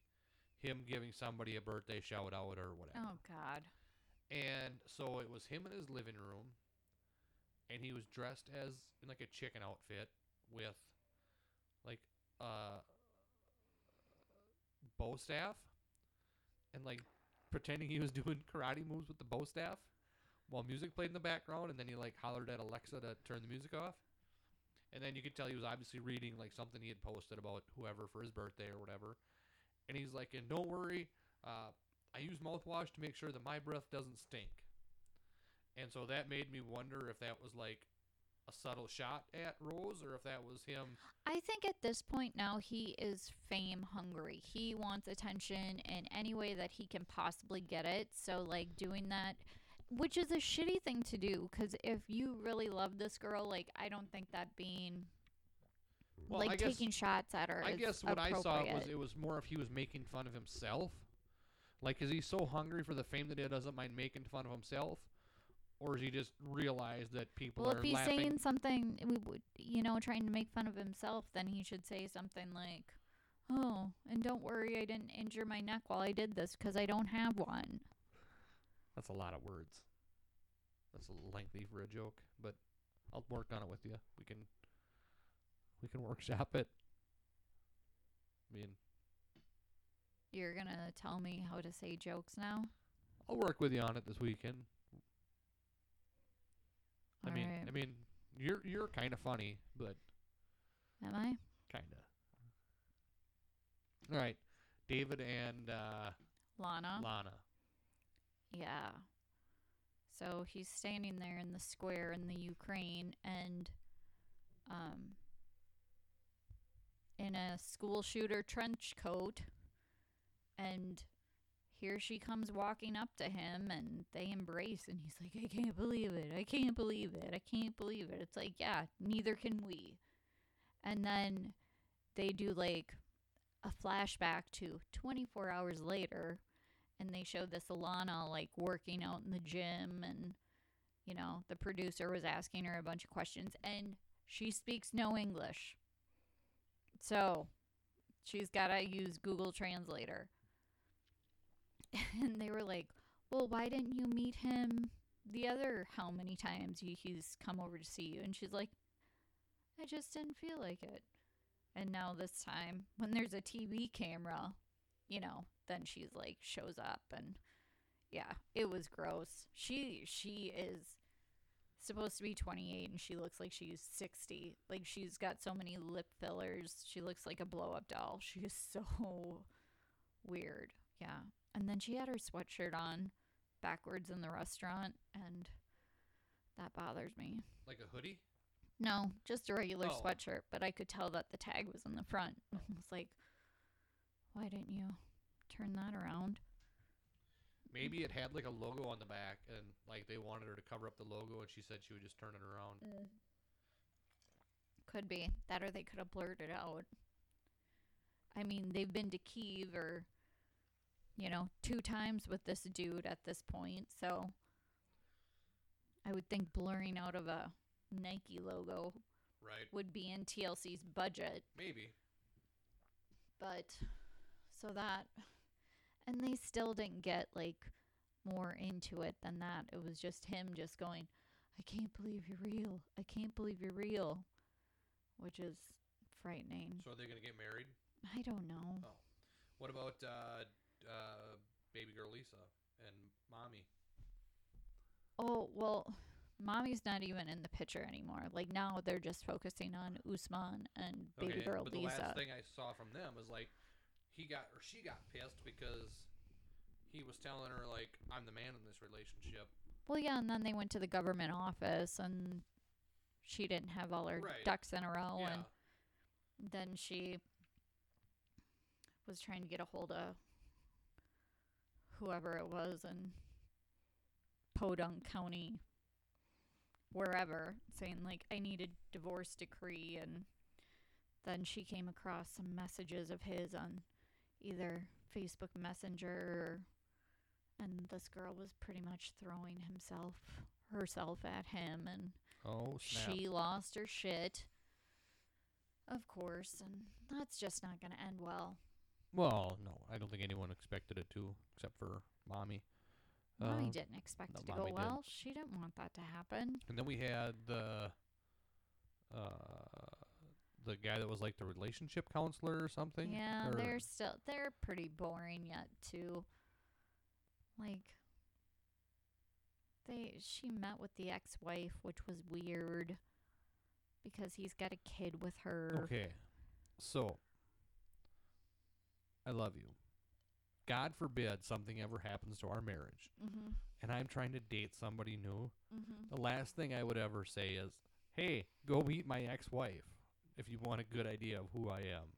Speaker 1: him giving somebody a birthday shout out or whatever.
Speaker 2: Oh God.
Speaker 1: And so it was him in his living room, and he was dressed as in like a chicken outfit with like uh bow staff and like pretending he was [laughs] doing karate moves with the bow staff while music played in the background and then he like hollered at Alexa to turn the music off. And then you could tell he was obviously reading like something he had posted about whoever for his birthday or whatever. And he's like, and don't worry, uh, I use mouthwash to make sure that my breath doesn't stink. And so that made me wonder if that was like a subtle shot at Rose or if that was him.
Speaker 2: I think at this point now he is fame hungry. He wants attention in any way that he can possibly get it. So like doing that which is a shitty thing to do cuz if you really love this girl like I don't think that being
Speaker 1: Well,
Speaker 2: like
Speaker 1: I guess,
Speaker 2: taking shots at her
Speaker 1: I
Speaker 2: is
Speaker 1: guess what I saw was
Speaker 2: appropriate.
Speaker 1: it was more if he was making fun of himself. Like, is he so hungry for the fame that he doesn't mind making fun of himself? Or is he just realized that people
Speaker 2: well,
Speaker 1: are
Speaker 2: if he's
Speaker 1: laughing?
Speaker 2: saying something, we would, you know, trying to make fun of himself, then he should say something like, "Oh, and don't worry, I didn't injure my neck while I did this because I don't have one."
Speaker 1: That's a lot of words. That's a little lengthy for a joke, but I'll work on it with you. We can we can workshop it. I mean,
Speaker 2: You're gonna tell me how to say jokes now.
Speaker 1: I'll work with you on it this weekend. I mean,
Speaker 2: Alright.
Speaker 1: I mean, you're you're kind of funny, but
Speaker 2: Am I?
Speaker 1: kind of. All right, David and uh,
Speaker 2: Lana?
Speaker 1: Lana.
Speaker 2: yeah. So he's standing there in the square in the Ukraine and um in a school shooter trench coat and here she comes walking up to him and they embrace and he's like I can't believe it. I can't believe it. I can't believe it. It's like, yeah, neither can we. And then they do like a flashback to 24 hours later and they showed this Alana like working out in the gym and you know the producer was asking her a bunch of questions and she speaks no English. So she's got to use Google Translator. [laughs] And they were like, "Well, why didn't you meet him the other how many times he- he's come over to see you?" And she's like, "I just didn't feel like it." And now this time when there's a TV camera, you know, then she's like shows up and yeah, it was gross. She she is supposed to be 28 and she looks like she's 60. Like she's got so many lip fillers. She looks like a blow-up doll. She is so [laughs] weird. Yeah. And then she had her sweatshirt on backwards in the restaurant and that bothers me.
Speaker 1: Like a hoodie?
Speaker 2: No, just a regular
Speaker 1: Oh.
Speaker 2: sweatshirt, but I could tell that the tag was in the front. [laughs] I was like, why didn't you turn that around?
Speaker 1: Maybe it had like a logo on the back, and like they wanted her to cover up the logo, and she said she would just turn it around.
Speaker 2: Could be. That or they could have blurred it out. I mean, they've been to Kiev or, you know, two times with this dude at this point, so I would think blurring out of a Nike logo
Speaker 1: Right?
Speaker 2: would be in TLC's budget.
Speaker 1: Maybe.
Speaker 2: but so that and they still didn't get like more into it than that it was just him just going i can't believe you're real i can't believe you're real which is frightening
Speaker 1: So are they gonna get married?
Speaker 2: i don't know
Speaker 1: What about uh, uh, baby girl Lisa and mommy?
Speaker 2: oh well mommy's not even in the picture anymore like now they're just focusing on usman and baby girl
Speaker 1: but the
Speaker 2: lisa
Speaker 1: last thing I saw from them was like he got or she got pissed because he was telling her like I'm the man in this relationship.
Speaker 2: well yeah and then they went to the government office and she didn't have all her
Speaker 1: Right.
Speaker 2: ducks in a row
Speaker 1: yeah.
Speaker 2: and then she was trying to get a hold of whoever it was in Podunk County, wherever, saying, like, I need a divorce decree. And then she came across some messages of his on either Facebook Messenger or. And this girl was pretty much throwing himself, herself at him, and
Speaker 1: Oh
Speaker 2: she lost her shit. Of course, and that's just not going to end well.
Speaker 1: Well, no, I don't think anyone expected it to, except for mommy.
Speaker 2: Mommy
Speaker 1: Um,
Speaker 2: didn't expect
Speaker 1: no,
Speaker 2: it to
Speaker 1: Mommy
Speaker 2: go
Speaker 1: didn't.
Speaker 2: well. She didn't want that to happen.
Speaker 1: And then we had the uh, the guy that was like the relationship counselor or something.
Speaker 2: Yeah,
Speaker 1: or-
Speaker 2: they're still they're pretty boring yet too. Like they she met with the ex-wife, which was weird because he's got a kid with her.
Speaker 1: Okay. So, I love you. God forbid something ever happens to our marriage
Speaker 2: Mhm.
Speaker 1: and I'm trying to date somebody new.
Speaker 2: Mhm.
Speaker 1: The last thing I would ever say is, hey, go meet my ex-wife if you want a good idea of who I am.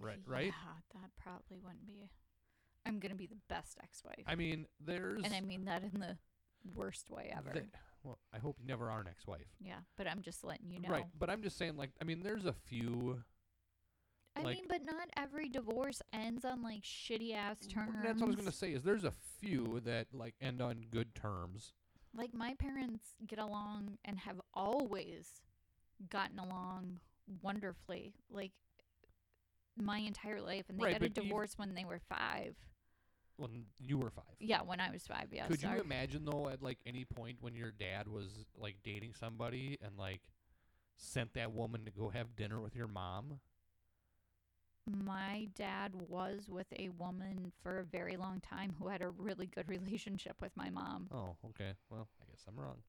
Speaker 1: Right, right?
Speaker 2: Yeah, that probably wouldn't be. I'm gonna be the best ex-wife,
Speaker 1: I mean, there's
Speaker 2: and I mean that in the worst way ever.
Speaker 1: the- well, I hope you never are an ex-wife.
Speaker 2: yeah, but I'm just letting you know.
Speaker 1: Right, but I'm just saying like I mean there's a few
Speaker 2: I
Speaker 1: like-
Speaker 2: mean, but not every divorce ends on like shitty ass terms.
Speaker 1: That's what I was going to say is there's a few that like end on good terms.
Speaker 2: Like my parents get along and have always gotten along wonderfully, like my entire life, and they
Speaker 1: Right,
Speaker 2: got a
Speaker 1: but you-
Speaker 2: divorce when they were five.
Speaker 1: When you were 5.
Speaker 2: Yeah, when I was five. Yeah,
Speaker 1: Could
Speaker 2: sorry.
Speaker 1: you imagine though at like any point when your dad was like dating somebody and like sent that woman to go have dinner with your mom?
Speaker 2: my dad was with a woman for a very long time who had a really good relationship with my mom.
Speaker 1: Oh, okay. Well, I guess I'm wrong.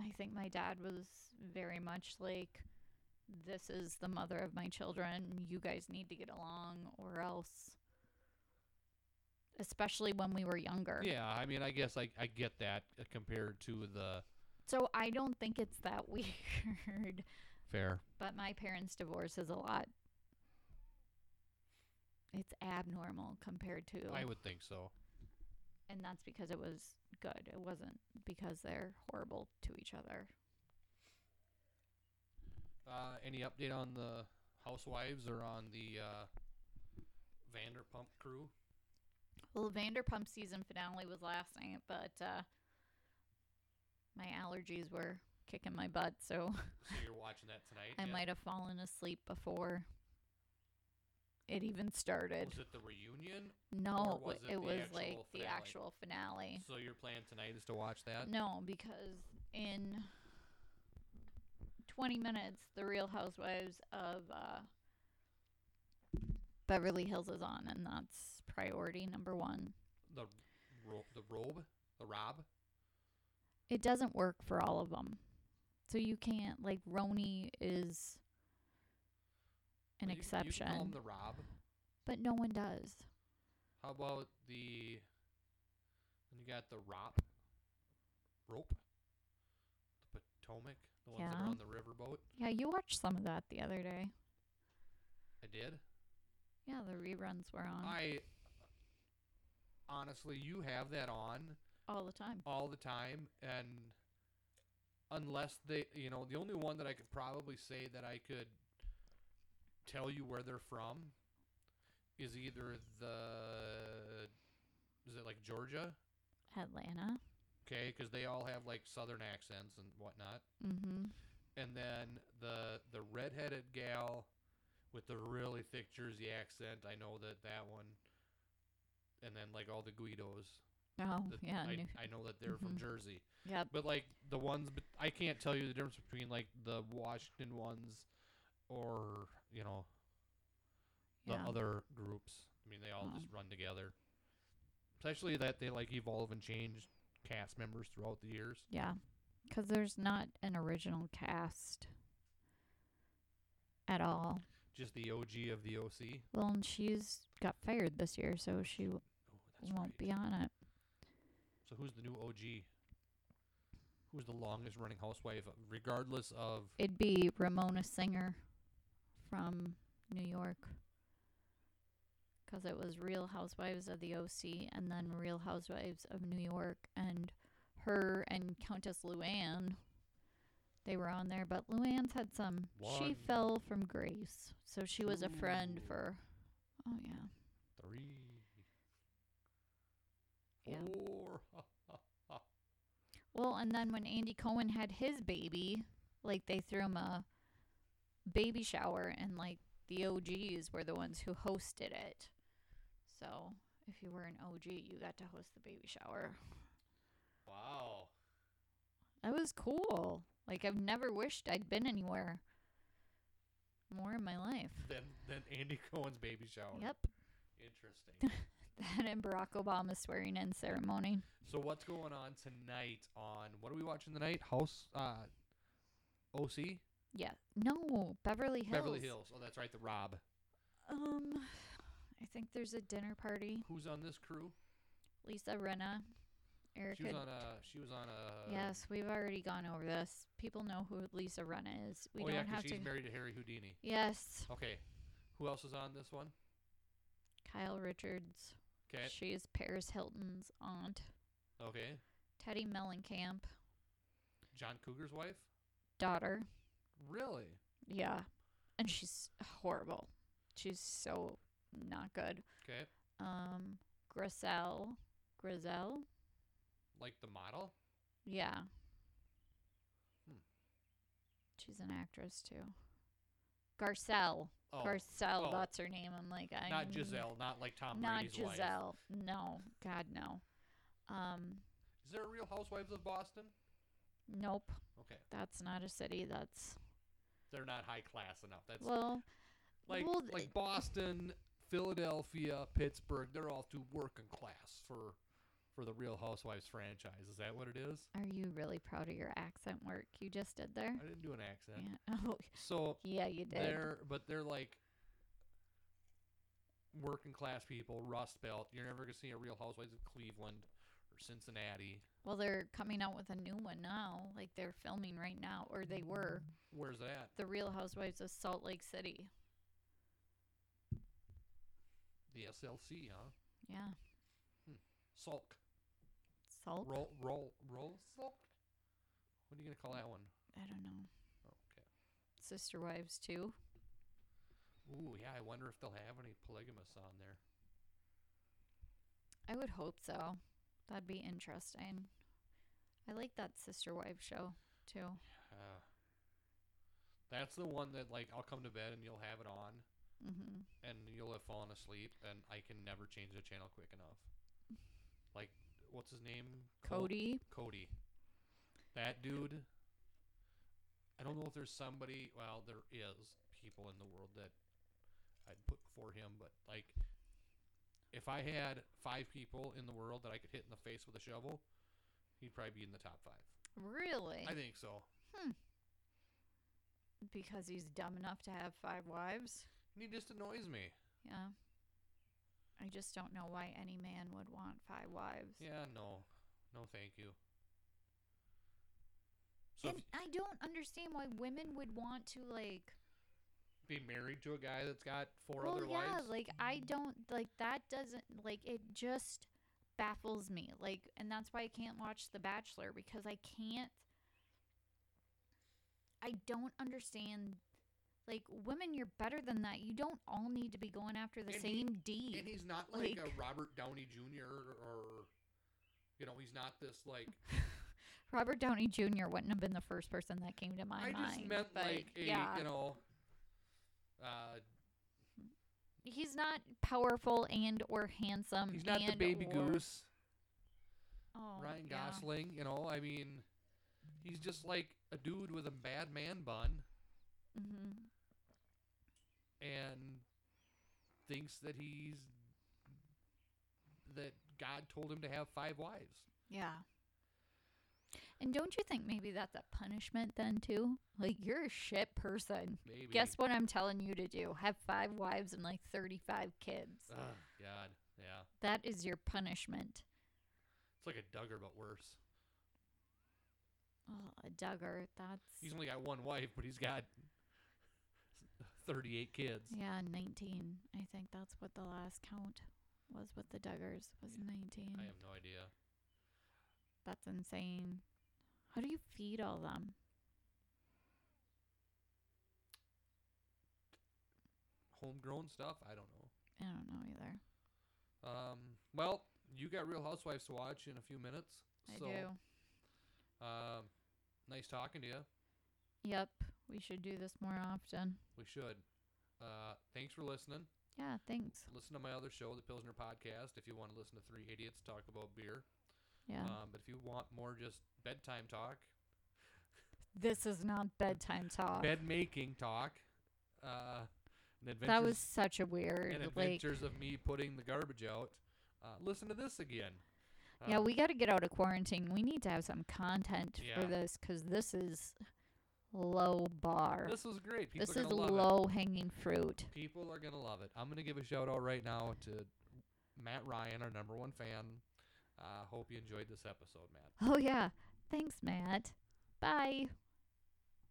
Speaker 2: I think my dad was very much like, this is the mother of my children. You guys need to get along or else. Especially when we were younger.
Speaker 1: Yeah, I mean, I guess I I get that uh, compared to the
Speaker 2: So I don't think it's that [laughs] weird.
Speaker 1: fair.
Speaker 2: But my parents' divorce is a lot. It's abnormal compared to.
Speaker 1: I would think so.
Speaker 2: and that's because it was good. It wasn't because they're horrible to each other.
Speaker 1: Uh, any update on the housewives or on the uh, Vanderpump crew?
Speaker 2: Well, Vanderpump season finale was last night, but uh, my allergies were kicking my butt, so [laughs]
Speaker 1: So you're watching that tonight?
Speaker 2: I
Speaker 1: yeah?
Speaker 2: might have fallen asleep before it even started.
Speaker 1: Was it the reunion?
Speaker 2: no,
Speaker 1: was
Speaker 2: it,
Speaker 1: it the
Speaker 2: was
Speaker 1: actual
Speaker 2: like the
Speaker 1: finale?
Speaker 2: actual finale.
Speaker 1: So your plan tonight is to watch that?
Speaker 2: No, because in 20 minutes, The Real Housewives of uh, Beverly Hills is on, and that's priority number one.
Speaker 1: The ro- the robe, the rob.
Speaker 2: It doesn't work for all of them. So you can't, like, Roni is
Speaker 1: Well, you- You can
Speaker 2: an
Speaker 1: call
Speaker 2: exception,
Speaker 1: 'em the rob.
Speaker 2: but no one does.
Speaker 1: How about the? And you got the rop, rope, the Potomac, the ones that
Speaker 2: Yeah.
Speaker 1: are on the riverboat.
Speaker 2: Yeah, you watched some of that the other day.
Speaker 1: I did.
Speaker 2: Yeah, the reruns were on
Speaker 1: I honestly, you have that on
Speaker 2: all the time.
Speaker 1: all the time, and unless they, you know, the only one that I could probably say that I could tell you where they're from is either the is it like Georgia?
Speaker 2: Atlanta.
Speaker 1: Okay, because they all have like southern accents and whatnot.
Speaker 2: Mm-hmm.
Speaker 1: and then the the redheaded gal with the really thick Jersey accent. I know that that one. And then like all the Guidos.
Speaker 2: Oh,
Speaker 1: that
Speaker 2: yeah.
Speaker 1: I,
Speaker 2: New-
Speaker 1: I know that they're from
Speaker 2: Mhm.
Speaker 1: Jersey,
Speaker 2: yep.
Speaker 1: but like the ones, but I can't tell you the difference between like the Washington ones, or you know the
Speaker 2: Yeah.
Speaker 1: other groups. I mean, they all
Speaker 2: Wow.
Speaker 1: just run together. Especially that they like evolve and change cast members throughout the years.
Speaker 2: Yeah. 'Cause there's not an original cast at all.
Speaker 1: Just the OG of the OC.
Speaker 2: Well, and she's got fired this year, so she w-
Speaker 1: Oh, that's
Speaker 2: won't
Speaker 1: right.
Speaker 2: be on it.
Speaker 1: So who's the new OG? Who's the longest running housewife, regardless of?
Speaker 2: It'd be Ramona Singer from New York. 'Cause it was Real Housewives of the OC and then Real Housewives of New York. And her and Countess Luann, they were on there. But Luann's had some.
Speaker 1: One,
Speaker 2: She fell from grace. So she was a friend
Speaker 1: two,
Speaker 2: for. Oh, yeah.
Speaker 1: Three.
Speaker 2: Yeah.
Speaker 1: Four.
Speaker 2: Well, and then when Andy Cohen had his baby, like they threw him a baby shower, and like the OGs were the ones who hosted it. So if you were an OG, you got to host the baby shower.
Speaker 1: Wow.
Speaker 2: That was cool. Like I've never wished I'd been anywhere more in my life.
Speaker 1: Then then Andy Cohen's baby shower.
Speaker 2: Yep, [laughs]
Speaker 1: Interesting.
Speaker 2: that and Barack Obama swearing in ceremony.
Speaker 1: so what's going on tonight? On what are we watching tonight? House. Uh, OC.
Speaker 2: Yeah, no, Beverly Hills.
Speaker 1: Beverly Hills. Oh, that's right. The Rob.
Speaker 2: Um, I think there's a dinner party.
Speaker 1: Who's on this crew?
Speaker 2: Lisa Renna Erica.
Speaker 1: She was on a. She was on uh, a.
Speaker 2: yes, we've already gone over this. People know who Lisa Renna is. We
Speaker 1: oh
Speaker 2: don't
Speaker 1: yeah, 'cause
Speaker 2: have to.
Speaker 1: she's married to Harry Houdini.
Speaker 2: yes,
Speaker 1: Okay, who else is on this one?
Speaker 2: Kyle Richards.
Speaker 1: Okay.
Speaker 2: She is Paris Hilton's aunt.
Speaker 1: Okay.
Speaker 2: Teddy Mellencamp,
Speaker 1: John Cougar's wife.
Speaker 2: daughter.
Speaker 1: Really?
Speaker 2: Yeah, and she's horrible. She's so not good.
Speaker 1: Okay.
Speaker 2: Um, Griselle. Griselle.
Speaker 1: Like the model.
Speaker 2: Yeah.
Speaker 1: Hmm.
Speaker 2: She's an actress too. Garcelle.
Speaker 1: Oh,
Speaker 2: Garcelle,
Speaker 1: Oh.
Speaker 2: that's her name. I'm like, I
Speaker 1: not Giselle. Not like Tom
Speaker 2: Not
Speaker 1: Brady's wife.
Speaker 2: Giselle. No, God no. Um,
Speaker 1: Is there a Real Housewives of Boston?
Speaker 2: nope.
Speaker 1: Okay,
Speaker 2: That's not a city. That's
Speaker 1: they're not high class enough. That's
Speaker 2: well,
Speaker 1: like
Speaker 2: well,
Speaker 1: like Boston, Philadelphia, Pittsburgh. They're all too working class for for the Real Housewives franchise. Is that what it is?
Speaker 2: are you really proud of your accent work you just did there?
Speaker 1: I didn't do an accent.
Speaker 2: Yeah. [laughs] Oh,
Speaker 1: So
Speaker 2: yeah, you did.
Speaker 1: they're but they're like working class people, Rust Belt. You're never gonna see a Real Housewives of Cleveland or Cincinnati.
Speaker 2: Well, they're coming out with a new one now. Like they're filming right now, or they were.
Speaker 1: Where's that?
Speaker 2: The Real Housewives of Salt Lake City.
Speaker 1: The SLC, huh?
Speaker 2: Yeah.
Speaker 1: Sulk.
Speaker 2: Salt?
Speaker 1: Roll roll roll sulk. What are you gonna call that one?
Speaker 2: I don't know.
Speaker 1: Okay.
Speaker 2: Sister Wives too.
Speaker 1: Ooh, yeah. I wonder if they'll have any polygamous on there.
Speaker 2: I would hope so. That'd be interesting. I like that Sister Wives show too.
Speaker 1: Uh, that's the one that like I'll come to bed and you'll have it on,
Speaker 2: Mm-hmm.
Speaker 1: and you'll have fallen asleep, and I can never change the channel quick enough. Like, what's his name? Col-
Speaker 2: Cody.
Speaker 1: Cody. That dude. I don't know if there's somebody. Well, there is people in the world that I'd put for him, but like, if I had five people in the world that I could hit in the face with a shovel, he'd probably be in the top five.
Speaker 2: Really?
Speaker 1: I think so.
Speaker 2: because he's dumb enough to have five wives.
Speaker 1: And he just annoys me.
Speaker 2: Yeah. I just don't know why any man would want five wives.
Speaker 1: Yeah, no, no, thank you. So if
Speaker 2: and I don't understand why women would want to like.
Speaker 1: you be married to a guy that's got four
Speaker 2: well,
Speaker 1: other
Speaker 2: yeah,
Speaker 1: wives.
Speaker 2: like I don't like that. Doesn't like it just baffles me. Like, and that's why I can't watch The Bachelor because I can't. I don't understand. Like women, you're better than that. You don't all need to be going after the
Speaker 1: And he-
Speaker 2: same
Speaker 1: and
Speaker 2: D.
Speaker 1: he's not like,
Speaker 2: like-
Speaker 1: a Robert Downey Jr. or, you know, he's not this like.
Speaker 2: Robert Downey Jr. wouldn't have been the first person that came to my
Speaker 1: I
Speaker 2: mind.
Speaker 1: just meant
Speaker 2: but
Speaker 1: like a
Speaker 2: yeah,
Speaker 1: you know, uh,
Speaker 2: he's not powerful and or handsome.
Speaker 1: he's not the
Speaker 2: and
Speaker 1: baby
Speaker 2: or-
Speaker 1: goose,
Speaker 2: Oh,
Speaker 1: Ryan
Speaker 2: yeah.
Speaker 1: Gosling. You know, I mean, he's just like a dude with a bad man bun
Speaker 2: Mhm.
Speaker 1: and thinks that he's that God told him to have five wives.
Speaker 2: Yeah. And don't you think maybe that's a punishment then too? Like you're a shit person.
Speaker 1: Maybe.
Speaker 2: Guess what I'm telling you to do? Have five wives and like 35 kids.
Speaker 1: Oh God, yeah.
Speaker 2: That is your punishment.
Speaker 1: It's like a Duggar, but worse.
Speaker 2: Oh, a Duggar. That's
Speaker 1: He's only got one wife, but he's got thirty-eight kids.
Speaker 2: yeah, 19. I think that's what the last count was with the Duggars was 19.
Speaker 1: I have no idea.
Speaker 2: That's insane. How do you feed all them?
Speaker 1: Homegrown stuff. I don't know.
Speaker 2: I don't know either.
Speaker 1: Um. Well, you got Real Housewives to watch in a few minutes.
Speaker 2: I
Speaker 1: so,
Speaker 2: do.
Speaker 1: Um, nice talking to you.
Speaker 2: Yep. We should do this more often.
Speaker 1: We should. Uh, thanks for listening.
Speaker 2: Yeah, thanks.
Speaker 1: Listen to my other show, the Pilsner Podcast, if you want to listen to three idiots talk about beer.
Speaker 2: Yeah.
Speaker 1: Um, but if you want more just bedtime talk,
Speaker 2: This is not bedtime talk.
Speaker 1: bed making talk, uh, and adventures,
Speaker 2: that was such a weird
Speaker 1: and
Speaker 2: like
Speaker 1: adventures of me putting the garbage out. Uh, listen to this again.
Speaker 2: yeah
Speaker 1: Uh,
Speaker 2: we got to get out of quarantine we need to have some content
Speaker 1: Yeah.
Speaker 2: for this because this is low bar
Speaker 1: This was great. People
Speaker 2: this,
Speaker 1: are
Speaker 2: is
Speaker 1: gonna love
Speaker 2: low hanging fruit
Speaker 1: it. People are gonna love it. I'm gonna give a shout out right now to Matt Ryan, our number one fan. uh, hope you enjoyed this episode, Matt.
Speaker 2: Oh, yeah. Thanks, Matt. Bye.